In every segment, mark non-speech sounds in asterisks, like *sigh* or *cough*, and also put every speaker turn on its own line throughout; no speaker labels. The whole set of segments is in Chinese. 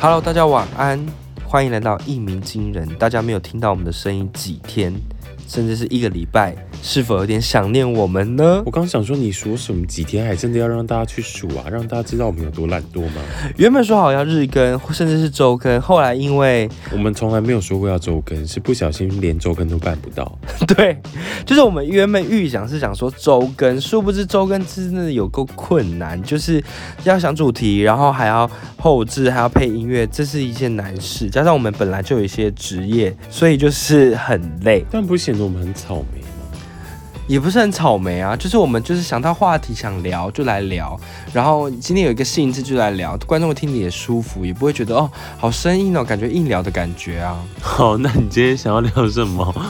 Hello，大家晚安，欢迎来到一鸣惊人。大家没有听到我们的声音几天，甚至是一个礼拜，是否有点想念我们呢
我？刚想说，你数什么几天，还真的要让大家去数啊，让大家知道我们有多懒惰吗？
原本说好要日更，甚至是周更，后来因为 *laughs*
我们从来没有说过要周更，是不小心连周更都办不到。
对，就是我们原本预想是想说周更，殊不知周更真的有够困难，就是要想主题，然后还要后置，还要配音乐，这是一件难事。加上我们本来就有一些职业，所以就是很累，
但不显得我们很草莓吗？
也不是很草莓啊。就是我们就是想到话题想聊就来聊，然后今天有一个兴致就来聊，观众听得也舒服，也不会觉得哦好生硬哦，感觉硬聊的感觉啊。
*laughs* 好，那你今天想要聊什么？ *laughs*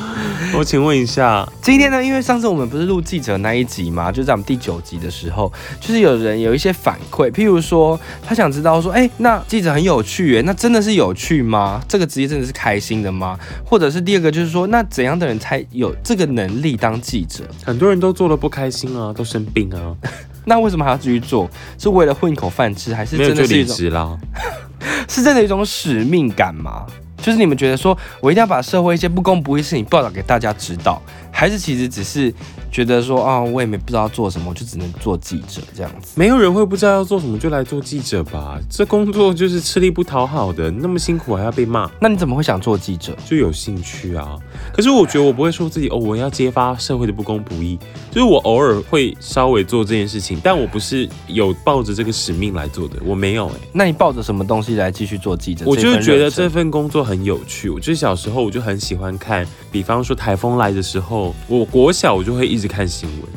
我请问一下，
今天呢，因为上次我们不是录记者那一集嘛，就在我们第九集的时候，就是有人有一些反馈，譬如说他想知道说，哎、那记者很有趣耶，那真的是有趣吗？这个职业真的是开心的吗？或者是第二个就是说，那怎样的人才有这个能力当记者？
很多人都做的不开心啊，都生病啊，
那为什么还要继续做？是为了混口饭吃，还是
没有
真
就
的是一
离
种
职啦。
是真的一种使命感吗？就是你们觉得说我一定要把社会一些不公不义的事情报道给大家知道，还是其实只是觉得说啊、我也没不知道做什么，我就只能做记者这样子？
没有人会不知道要做什么就来做记者吧？这工作就是吃力不讨好的，那么辛苦还要被骂。
那你怎么会想做记者？
就有兴趣啊。可是我觉得我不会说自己哦，我要揭发社会的不公不义，就是我偶尔会稍微做这件事情，但我不是有抱着这个使命来做的，我没有哎、
那你抱着什么东西来继续做记者？
我就是觉得
份热
这
忱
份工作很有趣。我就是小时候我就很喜欢看，比方说台风来的时候，我国小我就会一直看新闻，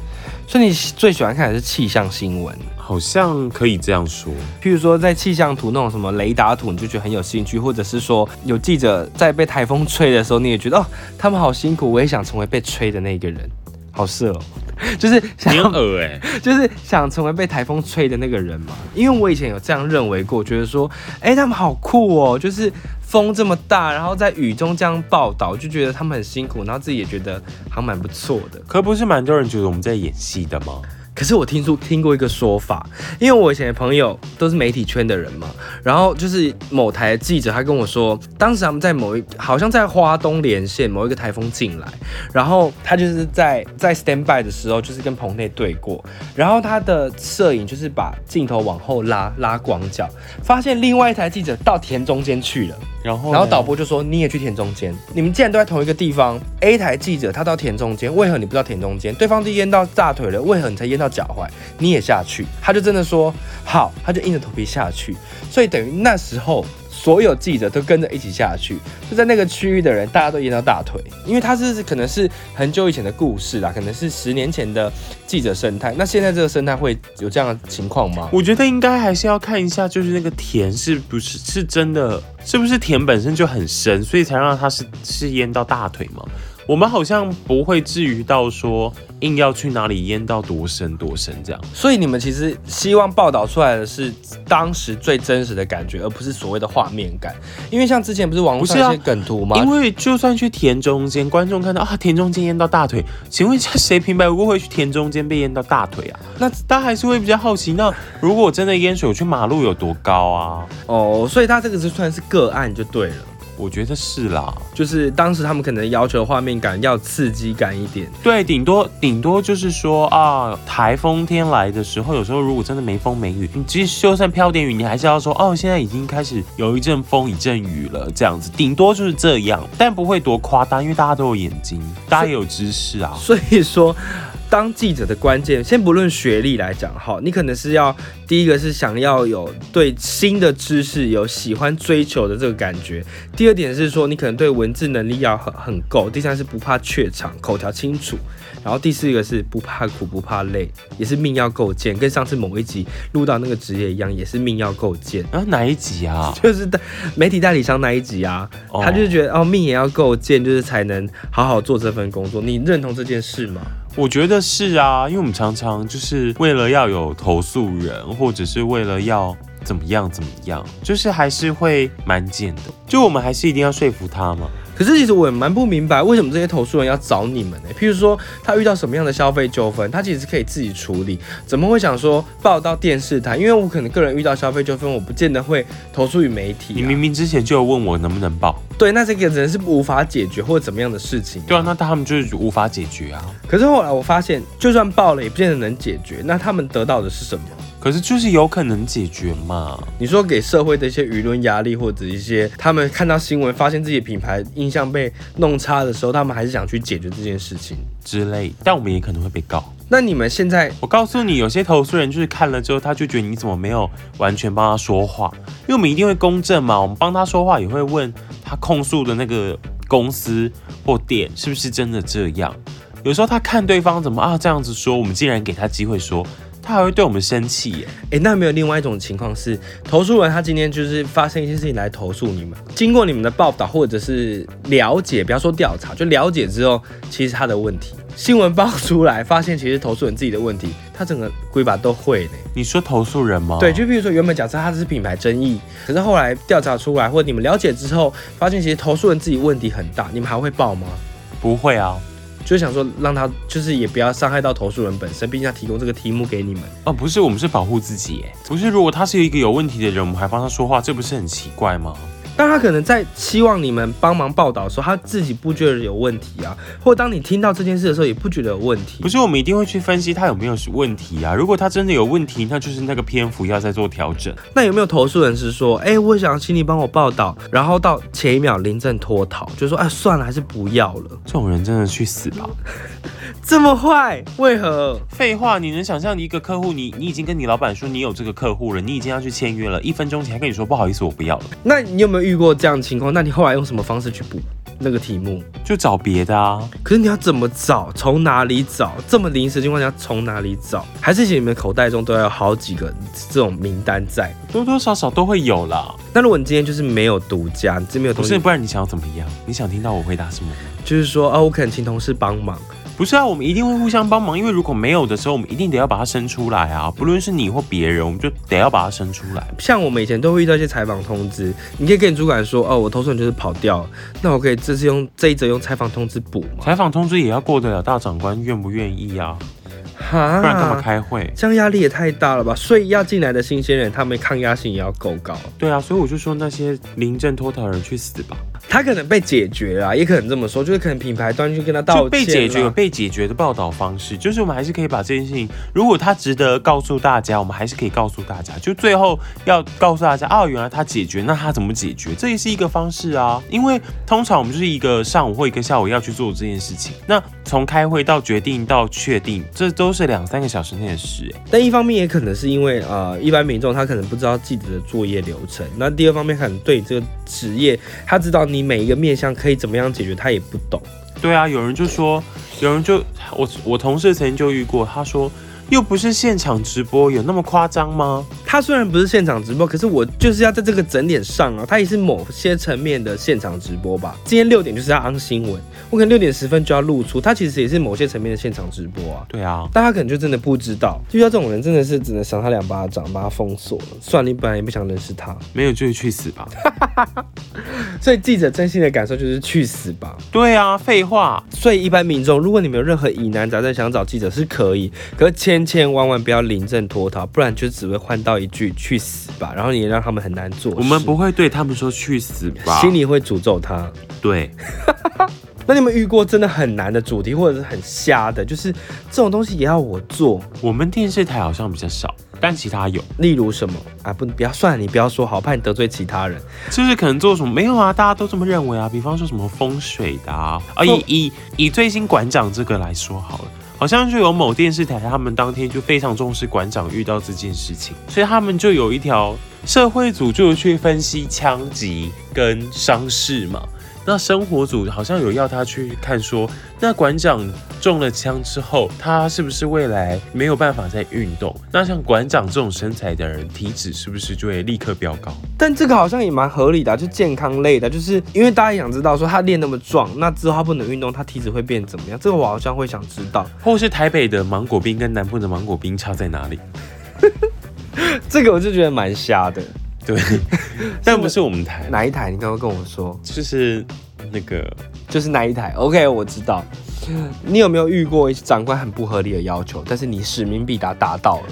所以你最喜欢看的是气象新闻，
好像可以这
*laughs*
样说。
譬如说在气象图那种什么雷达图，你就觉得很有兴趣，或者是说有记者在被台风吹的时候，你也觉得哦，他们好辛苦，我也想成为被吹的那个人，好色哦， *laughs* 就是想 *laughs*
你
要
很恶哎、
就是想成为被台风吹的那个人嘛。因为我以前有这样认为过，觉得说，哎、他们好酷哦，就是风这么大，然后在雨中这样报道，就觉得他们很辛苦，然后自己也觉得还蛮不错的。
可不是蛮多人觉得我们在演戏的吗？
可是我听说听过一个说法，因为我以前的朋友都是媒体圈的人嘛，然后就是某台的记者，他跟我说，当时他们在某一好像在花东连线某一个台风进来，然后他就是在在 stand by 的时候，就是跟棚内对过，然后他的摄影就是把镜头往后拉拉广角，发现另外一台记者到田中间去了。
然后
然后
呢
导播就说：“你也去田中间，你们既然都在同一个地方，A 台记者他到田中间，为何你不到田中间？对方就淹到大腿了，为何你才淹到脚踝？你也下去？”他就真的说：“好。”他就硬着头皮下去，所以等于那时候所有记者都跟着一起下去，就在那个区域的人大家都淹到大腿，因为他是可能是很久以前的故事啦，可能是十年前的记者生态。那现在这个生态会有这样的情况吗？
我觉得应该还是要看一下，就是那个田是不是是真的，是不是田本身就很深，所以才让它是是淹到大腿嘛。我们好像不会至于到说硬要去哪里淹到多深多深这样。
所以你们其实希望报道出来的是当时最真实的感觉，而不是所谓的画面感。因为像之前不是网络上
不是啊
有一些梗图吗？
因为就算去田中间，观众看到啊田中间淹到大腿，请问一下谁平白无故会去田中间被淹到大腿啊？
那
大家还是会比较好奇，那如果我真的淹水，我去马路有多高啊？
哦，所以他这个是算是个案就对了，
我觉得是啦。
就是当时他们可能要求画面感要刺激感一点。
对，顶多顶多就是说啊，台风天来的时候，有时候如果真的没风没雨，你即使就算飘点雨，你还是要说哦，现在已经开始有一阵风一阵雨了，这样子，顶多就是这样，但不会多夸大，因为大家都有眼睛，大家也有知识啊。
所以说，当记者的关键，先不论学历来讲，好，你可能是要第一个是想要有对新的知识有喜欢追求的这个感觉，第二点是说你可能对文字能力要很很够，第三是不怕怯场，口条清楚，然后第四个是不怕苦不怕累，也是命要够健，跟上次某一集录到那个职业一样，也是命要够健。
然后哪一集啊？
*laughs* 就是代媒体代理商那一集啊，
哦
他就觉得哦，命也要够健，就是才能好好做这份工作。你认同这件事吗？
我觉得是啊，因为我们常常就是为了要有投诉人，或者是为了要怎么样怎么样，就是还是会蛮贱的，就我们还是一定要说服他嘛。
可是其实我也蛮不明白，为什么这些投诉人要找你们呢、譬如说他遇到什么样的消费纠纷，他其实可以自己处理，怎么会想说报到电视台？因为我可能个人遇到消费纠纷，我不见得会投诉于媒体、啊。
你明明之前就有问我能不能报，
对，那这个人是无法解决或怎么样的事情、
对啊，那他们就是无法解决啊。
可是后来我发现，就算报了，也不见得能解决。那他们得到的是什么？
可是就是有可能解决嘛。
你说给社会的一些舆论压力，或者一些他们看到新闻发现自己的品牌印象被弄差的时候，他们还是想去解决这件事情。
之类，但我们也可能会被告。
那你们现在
我告诉你，有些投诉人就是看了之后，他就觉得你怎么没有完全帮他说话？因为我们一定会公正嘛，我们帮他说话也会问他控诉的那个公司或店是不是真的这样。有时候他看对方怎么啊这样子说，我们竟然给他机会说，他还会对我们生气耶。
诶，那有没有另外一种情况是，投诉人他今天就是发生一些事情来投诉你们，经过你们的报道或者是了解，不要说调查，就了解之后，其实他的问题，新闻爆出来，发现其实投诉人自己的问题，他整个规把都会呢。
你说投诉人吗？
对，就比如说原本假设他是品牌争议，可是后来调查出来或你们了解之后，发现其实投诉人自己问题很大，你们还会报吗？
不会啊。
就想说让他就是也不要伤害到投诉人本身，毕竟他提供这个题目给你们。
哦，不是，我们是保护自己耶。不是，如果他是一个有问题的人，我们还帮他说话，这不是很奇怪吗？
但他可能在希望你们帮忙报道的时候，他自己不觉得有问题啊，或者当你听到这件事的时候，也不觉得有问题
不。是，我们一定会去分析他有没有问题啊。如果他真的有问题，那就是那个篇幅要再做调整。
那有没有投诉人是说，哎、我想请你帮我报道，然后到前一秒临阵脱逃，就说，哎、算了，还是不要了，
这种人真的去死吧！
这么坏，为何？
废话，你能想象你一个客户，你你已经跟你老板说你有这个客户了，你已经要去签约了，一分钟前还跟你说不好意思，我不要了，
那你有没有遇过这样的情况？那你后来用什么方式去补那个题目？
就找别的啊。
可是你要怎么找？从哪里找？这么临时的情况下，从哪里找？还是其实你们口袋中都要有好几个这种名单在？
多多少少都会有啦。
那如果你今天就是没有独家，你真没有
不
东
是，
西，
不然你想要怎么样？你想听到我回答什么吗？
就是说啊，我可能请同事帮忙。
不是啊，我们一定会互相帮忙，因为如果没有的时候，我们一定得要把它生出来啊。不论是你或别人，我们就得要把它生出来。
像我们以前都会遇到一些采访通知，你可以跟你主管说，哦，我投诉人就是跑掉了，那我可以这次用这一则用采访通知补吗？
采访通知也要过得了大长官愿不愿意啊，
哈，
不然啊干嘛？开会？
这样压力也太大了吧！所以要进来的新鲜人，他们抗压性也要够高。
对啊，所以我就说那些临阵脱逃的人去死吧，
他可能被解决了啊，也可能这么说，就是可能品牌端去跟他道歉啊
就
啦，
被解决有被解决的报道方式，就是我们还是可以把这件事情，如果他值得告诉大家，我们还是可以告诉大家，就最后要告诉大家，哦，原来他解决，那他怎么解决，这也是一个方式啊，因为通常我们就是一个上午或一个下午要去做这件事情，那从开会到决定到确定，这都是两三个小时内的事、哎
但一方面也可能是因为呃，一般民众他可能不知道记者的作业流程，那第二方面可能对这个职业，他知道你每一个面向可以怎么样解决，他也不懂。
对啊，有人就说，有人就我我同事曾经就遇过，他说又不是现场直播，有那么夸张吗？
他虽然不是现场直播，可是我就是要在这个整点上啊，他也是某些层面的现场直播吧。今天六点就是要安新闻，我可能六点十分就要露出，他其实也是某些层面的现场直播啊。
对啊，
但他可能就真的不知道，遇到这种人真的是只能赏他两巴掌，把他封锁了。算了，你本来也不想认识他，
没有就是去死吧。
所以记者真心的感受就是去死吧。
对啊，废话，
所以一般民众，如果你们有任何疑难杂症想找记者是可以，可是千千万万不要临阵脱逃，不然就只会换到一句“去死吧”，然后你也让他们很难做事。
我们不会对他们说去死吧。
心里会诅咒他。
对，
那你们遇过真的很难的主题，或者是很瞎的，就是这种东西也要我做？
我们电视台好像比较少，但其他有，
例如什么啊？不，不要算了，你不要说好，怕你得罪其他人。
就是可能做什么没有啊，大家都这么认为啊。比方说什么风水的啊，啊以以以最新馆长这个来说好了。好像就有某电视台，他们当天就非常重视馆长遇到这件事情，所以他们就有一条社会组就有去分析枪击跟伤势嘛。那生活组好像有要他去看说，那馆长中了枪之后，他是不是未来没有办法再运动？那像馆长这种身材的人，体脂是不是就会立刻飙高？
但这个好像也蛮合理的啊、就健康类的，就是因为大家也想知道说他练那么壮，那之后他不能运动，他体脂会变怎么样？这个我好像会想知道。
或是台北的芒果冰跟南部的芒果冰差在哪里？
这个我就觉得蛮瞎的。 *laughs*
对，但不是我们台，
哪一台？你刚刚跟我说。
就是那个
就是那一台。OK，我知道。你有没有遇过长官很不合理的要求，但是你使命必达达到了？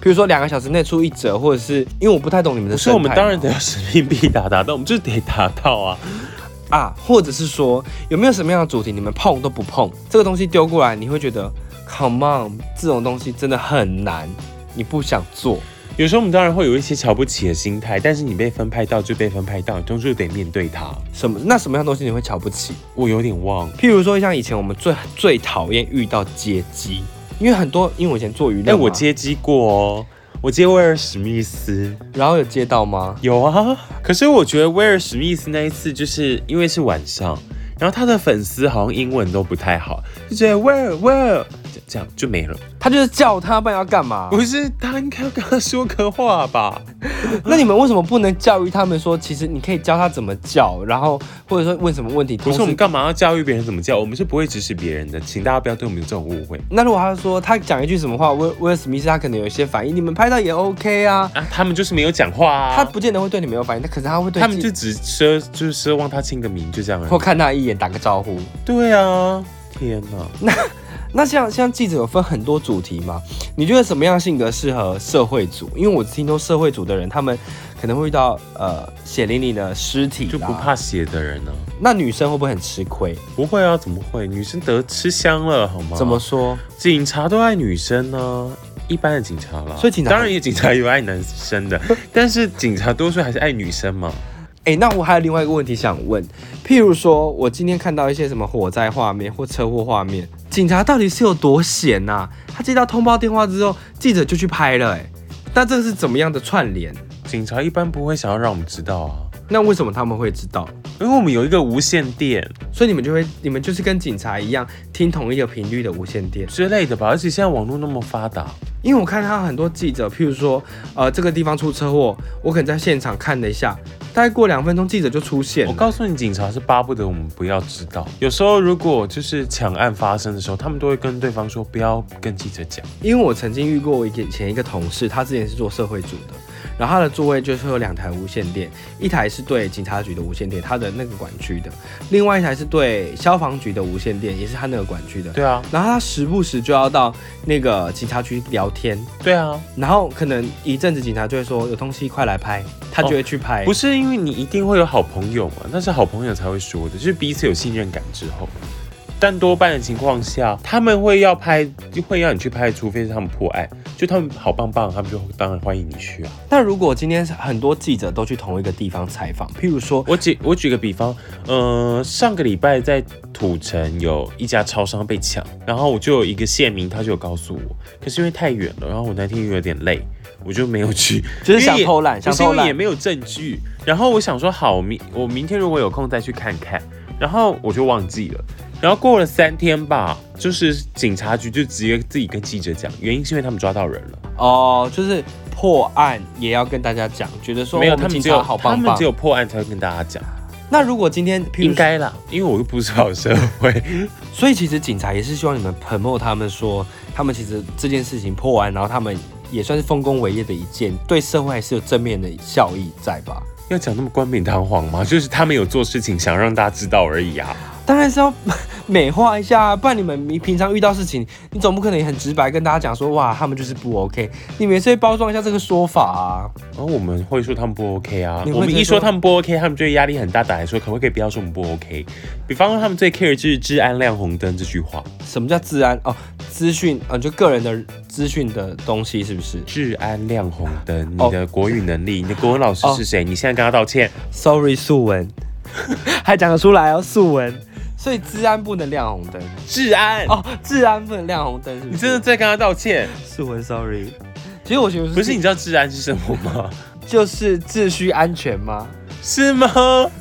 比如说两个小时内出一折，或者是因为我不太懂你们的
不是
生态
我
嘛，
们当然得要使命必达达到，我们就是得达到啊。
啊，或者是说有没有什么样的主题你们碰都不碰，这个东西丢过来你会觉得，Come on，这种东西真的很难，你不想做。
有时候我们当然会有一些瞧不起的心态，但是你被分派到就被分派到，你终究得面对它。
什么？那什么样的东西你会瞧不起？
我有点忘哎了，
譬如说，像以前我们最最讨厌遇到接机，因为很多，因为我以前做娱
哎、
乐，
我，接机过哦，我接威尔史密斯，
然后有接到吗？
有啊。可是我觉得威尔史密斯那一次，就是因为是晚上，然后他的粉丝好像英文都不太好，就觉得威尔威尔，这这样就没了。
他就是叫他，不然要干嘛？
不是，他应该要跟他说个话吧？
那你们为什么不能教育他们说，其实你可以教他怎么叫，然后或者说问什么问题？
不是，
同
我
时
们干嘛要教育别人怎么叫？我们是不会指使别人的，请大家不要对我们有这种误会
那如果他说他讲一句什么话，威威尔史密斯他可能有一些反应，你们拍到也 OK 啊。
啊！他们就是没有讲话啊，
他不见得会对你没有反应，但可是他会对
他们
自己
就只奢就是奢望他亲个名，就这样而
或
已。
看他一眼，打个招呼。
对啊，天哪！
那像像记者有分很多主题嘛？你觉得什么样的性格适合社会组？因为我听说社会组的人，他们可能会遇到呃血淋淋的尸体，
就不。怕血的人呢、
那女生会不会很吃亏？
不会啊，怎么会？女生得吃香了好吗？
怎么？说？
警察都爱女生呢、一般的警察啦，
所以警察
当然也警察有爱男生
*laughs*
的，但是警察多数还是爱女生嘛。
哎、那我还有另外一个问题想问，譬如说我今天看到一些什么火灾画面或车祸画面，警察到底是有多闲呐、他接到通报电话之后，记者就去拍了、哎，那这是怎么样的串联？
警察一般不会想要让我们知道啊，
那为什么他们会知道？
因为我们有一个无线电
所以你们就会，你们就是跟警察一样，听同一个频率的无线电。
之类的吧。而且现在网络那么发达，
因为我看他很多记者，譬如说，呃，这个地方出车祸，我可能在现场看了一下，大概过两分钟，记者就出现
我
了。
告诉你，警察是巴不得我们不要知道。有时候如果就是抢案发生的时候，他们都会跟对方说不要跟记者讲。
因为我曾经遇过我以前一个同事，他之前是做社会组的，然后他的座位就是有两台无线电，一台是对警察局的无线电，他的那个管区的，另外一台是对消防局的无线电，也是他那个管区的。
对啊，
然后他时不时就要到那个警察局聊天，
对啊，
然后可能一阵子警察就会说有东西快来拍，他就会去拍。
不是因为你一定会有好朋友嘛，那是好朋友才会说的，就是彼此有信任感之后。但多半的情况下，他们会要拍，会要你去拍，除非是他们破案，就他们好棒棒，他们就当然欢迎你去啊。
那如果今天很多记者都去同一个地方采访，譬如说，
我举我举个比方，呃，上个礼拜在土城有一家超商被抢，然后我就有一个县民，他就有告诉我，可是因为太远了，然后我那天又有点累，我就没有去，
*laughs* 就是想
因为也
偷懒想
不是因
偷
为
懒
也没有证据。然后我想说，好，我明我明天如果有空再去看看，然后我就忘记了。然后过了三天吧，就是警察局就直接自己跟记者讲，原因是因为他们抓到人了。
哦、就是破案也要跟大家讲，觉得说
没有，
我
他们
警
只
察
有
好
他
棒
们
棒
只。有破案才会跟大家讲，
那如果今天譬如
应，该啦，因为我又不是好社会。
所以其实警察也是希望你们 promote 他们说，他们其实这件事情破案，然后他们也算是丰功伟业的一件，对社会还是有正面的效益在吧？
要讲那么冠冕堂皇吗？就是他们有做事情，想让大家知道而已啊。
当然是要 *laughs* 美化一下啊，不然你们平常遇到事情，你总不可能也很直白跟大家讲说，哇，他们就是不 OK，你们也是会包装一下这个说法啊。
然哦后我们会说他们不 OK 啊，
你会
我们
觉得
一
说
说他们不 OK，他们就会压力很大，打来说可不可以不要说我们不 OK？比方说他们最 care 就是治安亮红灯这句话，
什么叫治安？哦，资讯，呃，就个人的资讯的东西是不是
治安亮红灯，
哦
你的国语能力，你的国文老师是谁？你现在跟他道歉，
？Sorry，素 *laughs* 文，还讲得出来哦，素文。所以治安不能亮红灯
治
*laughs*
安，
哦，治安不能亮红灯是不
你
是，
真的在跟他道歉？
素文？Sorry，其实我觉得
不是，你知道治安是什么
*laughs*
吗？
就是秩序安全吗？
是吗？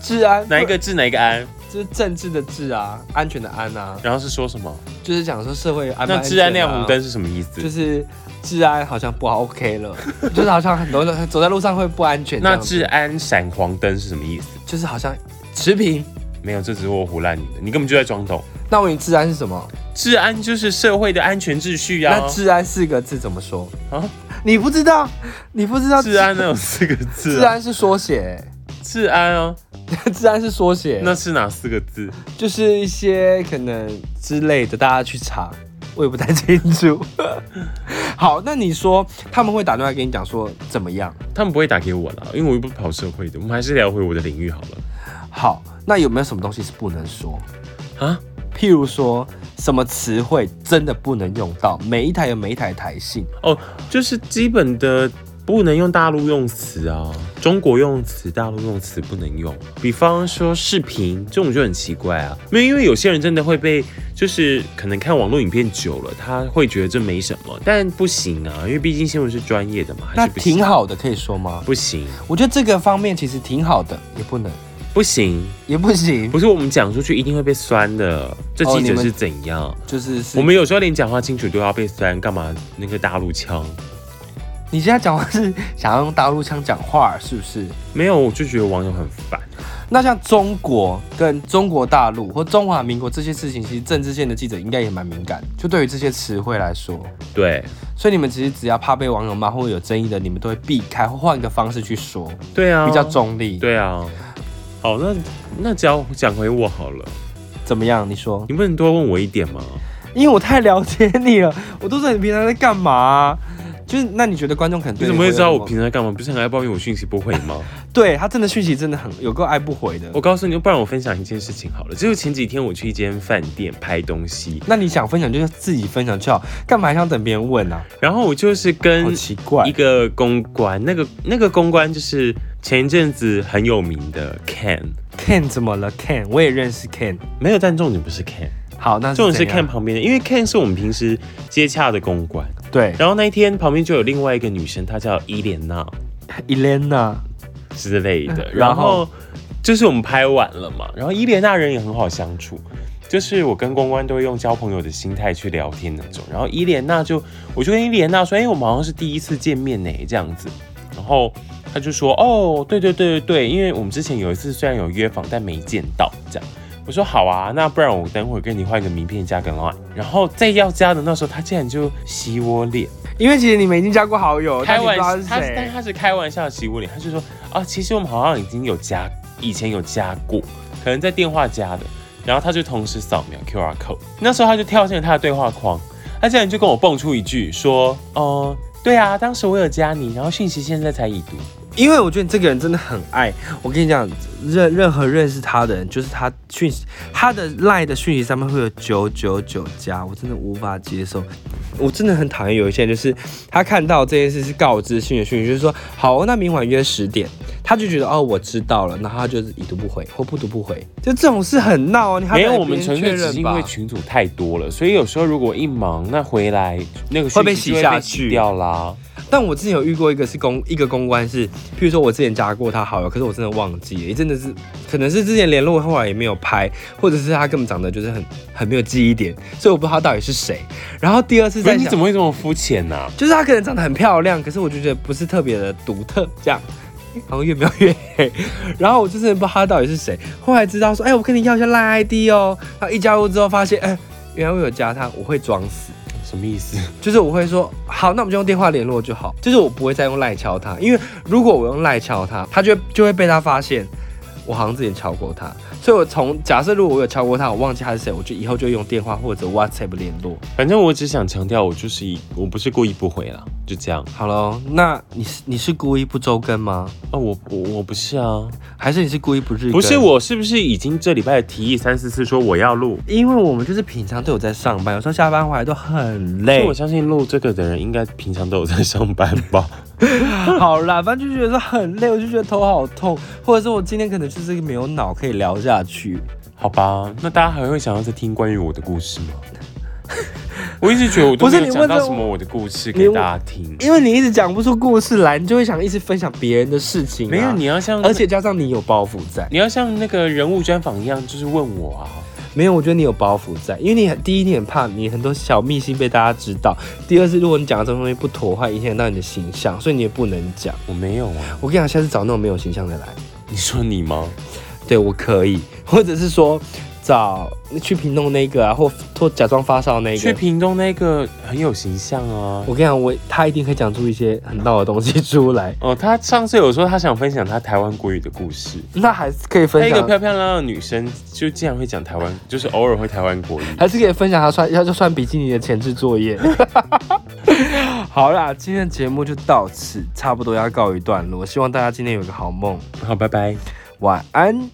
治安
哪一个治哪一个安？
就是政治的治啊，安全的安啊，
然后是说什么？
就是讲说社会安不安、
那
啊
治安亮红，灯是什么意思？
就是治安好像不好 OK 了，就是好像很多人走在路上会不安全这
那
样子。
治安闪黄灯是什么意思？
就是好像持平。
没有，这只是我胡乱你的，你根本就在装懂。
那我问你治安是什么？
治安就是社会的安全秩序啊
那。治安四个字怎么说
啊
你不知道，你不知道
治安？呢有四个字、
治
啊，
安是缩写、 *laughs*
治安啊，
治安是缩写，
那是哪四个字？
就是一些可能之类的，大家去查，我也不太清楚。 *laughs* 好，那你说他们会打电话给你讲说怎么样？
他们不会打给我了，因为我又不是跑社会的。我们还是聊回我的领域好了。
好，那有没有什么东西是不能说？
啊，
譬如说什么词汇真的不能用到，每一台有每一台台性。
哦就是基本的不能用大陆用词啊，中国用词、大陆用词不能用。比方说视频这种就很奇怪啊，没有，因为有些人真的会被，就是可能看网络影片久了，他会觉得这没什么，但不行啊，因为毕竟新闻是专业的嘛，还
那啊
是不行。
挺好的，可以说吗？
不行，
我觉得这个方面其实挺好的，也不能，
不行，
也不行，
不是我们讲出去一定会被酸的。这
哦
记
你
者
们
是怎样？
就是是
我们有时候连讲话清楚都要被酸，干嘛那个大陆腔？
你现在讲话是想要用大陆腔讲话，是不是？
没有，我就觉得网友很烦。
那像中国跟中国大陆或中华民国这些事情，其实政治线的记者应该也蛮敏感，就对于这些词汇来说，
对
所以你们其实只要怕被网友骂或者有争议的，你们都会避开或换一个方式去说，
对啊，
比较中立。，
对啊。好，那那只要讲回我好了，
怎么样？你说，
你不能多问我一点吗？
因为我太了解你了，我都知道你平常在干嘛啊、就是那你觉得观众可能
你
对
怎么会知道
有
我平常在干嘛？不是很爱抱怨我讯息不回
*laughs*
吗？
对他真的讯息真的很有够爱不回的？
我告诉你，不然我分享一件事情好了，就是前几天我去一间饭店拍东西，
那你想分享就自己分享就好，干嘛还想等别人问啊？
然后我就是
好
跟
奇怪
一。个公关，那个那个公关就是前一阵子很有名的 Ken，
Ken 怎么了？Ken 我也认识 Ken。
没有，但重点不是 Ken。
好，那
这种
怎
是
样
Ken 旁边的，因为 Ken 是我们平时接洽的公关。
对
然后那一天旁边就有另外一个女生，她叫伊莲娜
Elena
之类的。
然
嗯然
后
后就是我们拍完了嘛，然后伊莲娜人也很好相处，就是我跟公关都会用交朋友的心态去聊天那种。然后伊莲娜就，我就跟伊莲娜说，哎、我们好像是第一次见面呢，这样子。然后她就说，哦，对对对对对，因为我们之前有一次虽然有约访，但没见到这样。我说好啊，那不然我等会儿跟你换个名片加个 line，然后再要加的那时候，她竟然就洗我脸。
因为其实你们已经加过好友，
开玩
笑
笑
是，
他是但
谁？
他是开玩笑的洗我脸，他就说啊，其实我们好像已经有加，以前有加过，可能在电话加的。然后他就同时扫描 QR code，那时候他就跳进了他的对话框，他竟然就跟我蹦出一句说，哦、对啊，当时我有加你，然后讯息现在才已读。
因为我觉得你这个人真的很爱。我跟你讲，任任何认识他的人，就是他讯息，他的 line 的讯息上面会有九九九加，我真的无法接受。我真的很讨厌有一些人，就是他看到这件事是告知性的讯息，就是说好，那明晚约十点，他就觉得哦我知道了，然后他就是已读不回或不读不回，就这种事很闹啊。你还
没有，
在
我
别
们
人
纯粹
确
只
认
是因
吧
为群组太多了，所以有时候如果一忙，那回来那个
会被
讯息
洗
就
下
洗
去
掉啦。
但我之前有遇过一个是公一个公关是，譬如说我之前加过他好友，可是我真的忘记了，也真的是可能是之前联络，后来也没有拍，或者是他根本长得就是很很没有记忆点，所以我不知道他到底是谁。然后第二次
不
在
是你
想
怎，么会这么肤浅啊呢？
就是他可能长得很漂亮，可是我就觉得不是特别的独特，这样。然后越描越黑，然后我就真的不知道他到底是谁。后来知道说，哎、我跟你要一下赖 ID 哦。然后一加入之后发现，哎、原来我有加他，我会装死。
什么意思？
就是我会说好，那我们就用电话联络就好。就是我不会再用赖敲他，因为如果我用赖敲他，他就会就会被他发现我好像之前敲过他。所以我从假设如果我有敲过他，我忘记他是谁，我就以后就会用电话或者 WhatsApp 联络。
反正我只想强调，我就是一，我不是故意不回啦，就这样。
好喽，那你是你是故意不周更吗？
啊，我我我不是啊，
还是你是故意不日更？
不是，我是不是已经这礼拜提议三四次说我要录？
因为我们就是平常都有在上班，有时候下班回来都很累
就我。相信录这个的人应该平常都有在上班吧？
*laughs* 好啦，反正就觉得很累，我就觉得头好痛，或者是我今天可能就是没有脑可以聊下去。
好吧，那大家还会想要再听关于我的
*laughs*
故事吗？我一直觉得我都
不是
没有
你
讲
问
到
这
什么我的故事
你
给大家听，
因为你一直讲不出故事来，你就会想一直分享别人的事情、啊
没有，你，要像，
而且加上你有包袱在，
你要像那个人物专访一样，就是问我啊。
没有，我觉得你有包袱在，因为你很第一，你很怕你很多小秘辛被大家知道；第二是，如果你讲的这种东西不妥的话，影响到你的形象，所以你也不能讲。
我没有啊，
我跟你讲，下次找那种没有形象的来，
你说你吗？
对我可以，或者是说。找去屏东那个啊，或或假装发烧那
去
个。
屏东那个很有形象啊。
我跟你讲，我他一定可以讲出一些很闹的东西出来。
哦，他上次有说他想分享他台湾国语的故事。
那还是可以
她
分
一个
享，啊
漂漂亮亮的女生，就竟然会讲台湾，就是偶尔会台湾国语。
还是可以分享他穿要就穿比基尼的前置作业。 *laughs* 好啦，今天的节目就到此，差不多要告一段落。希望大家今天有个好梦，
好，拜拜。
晚安。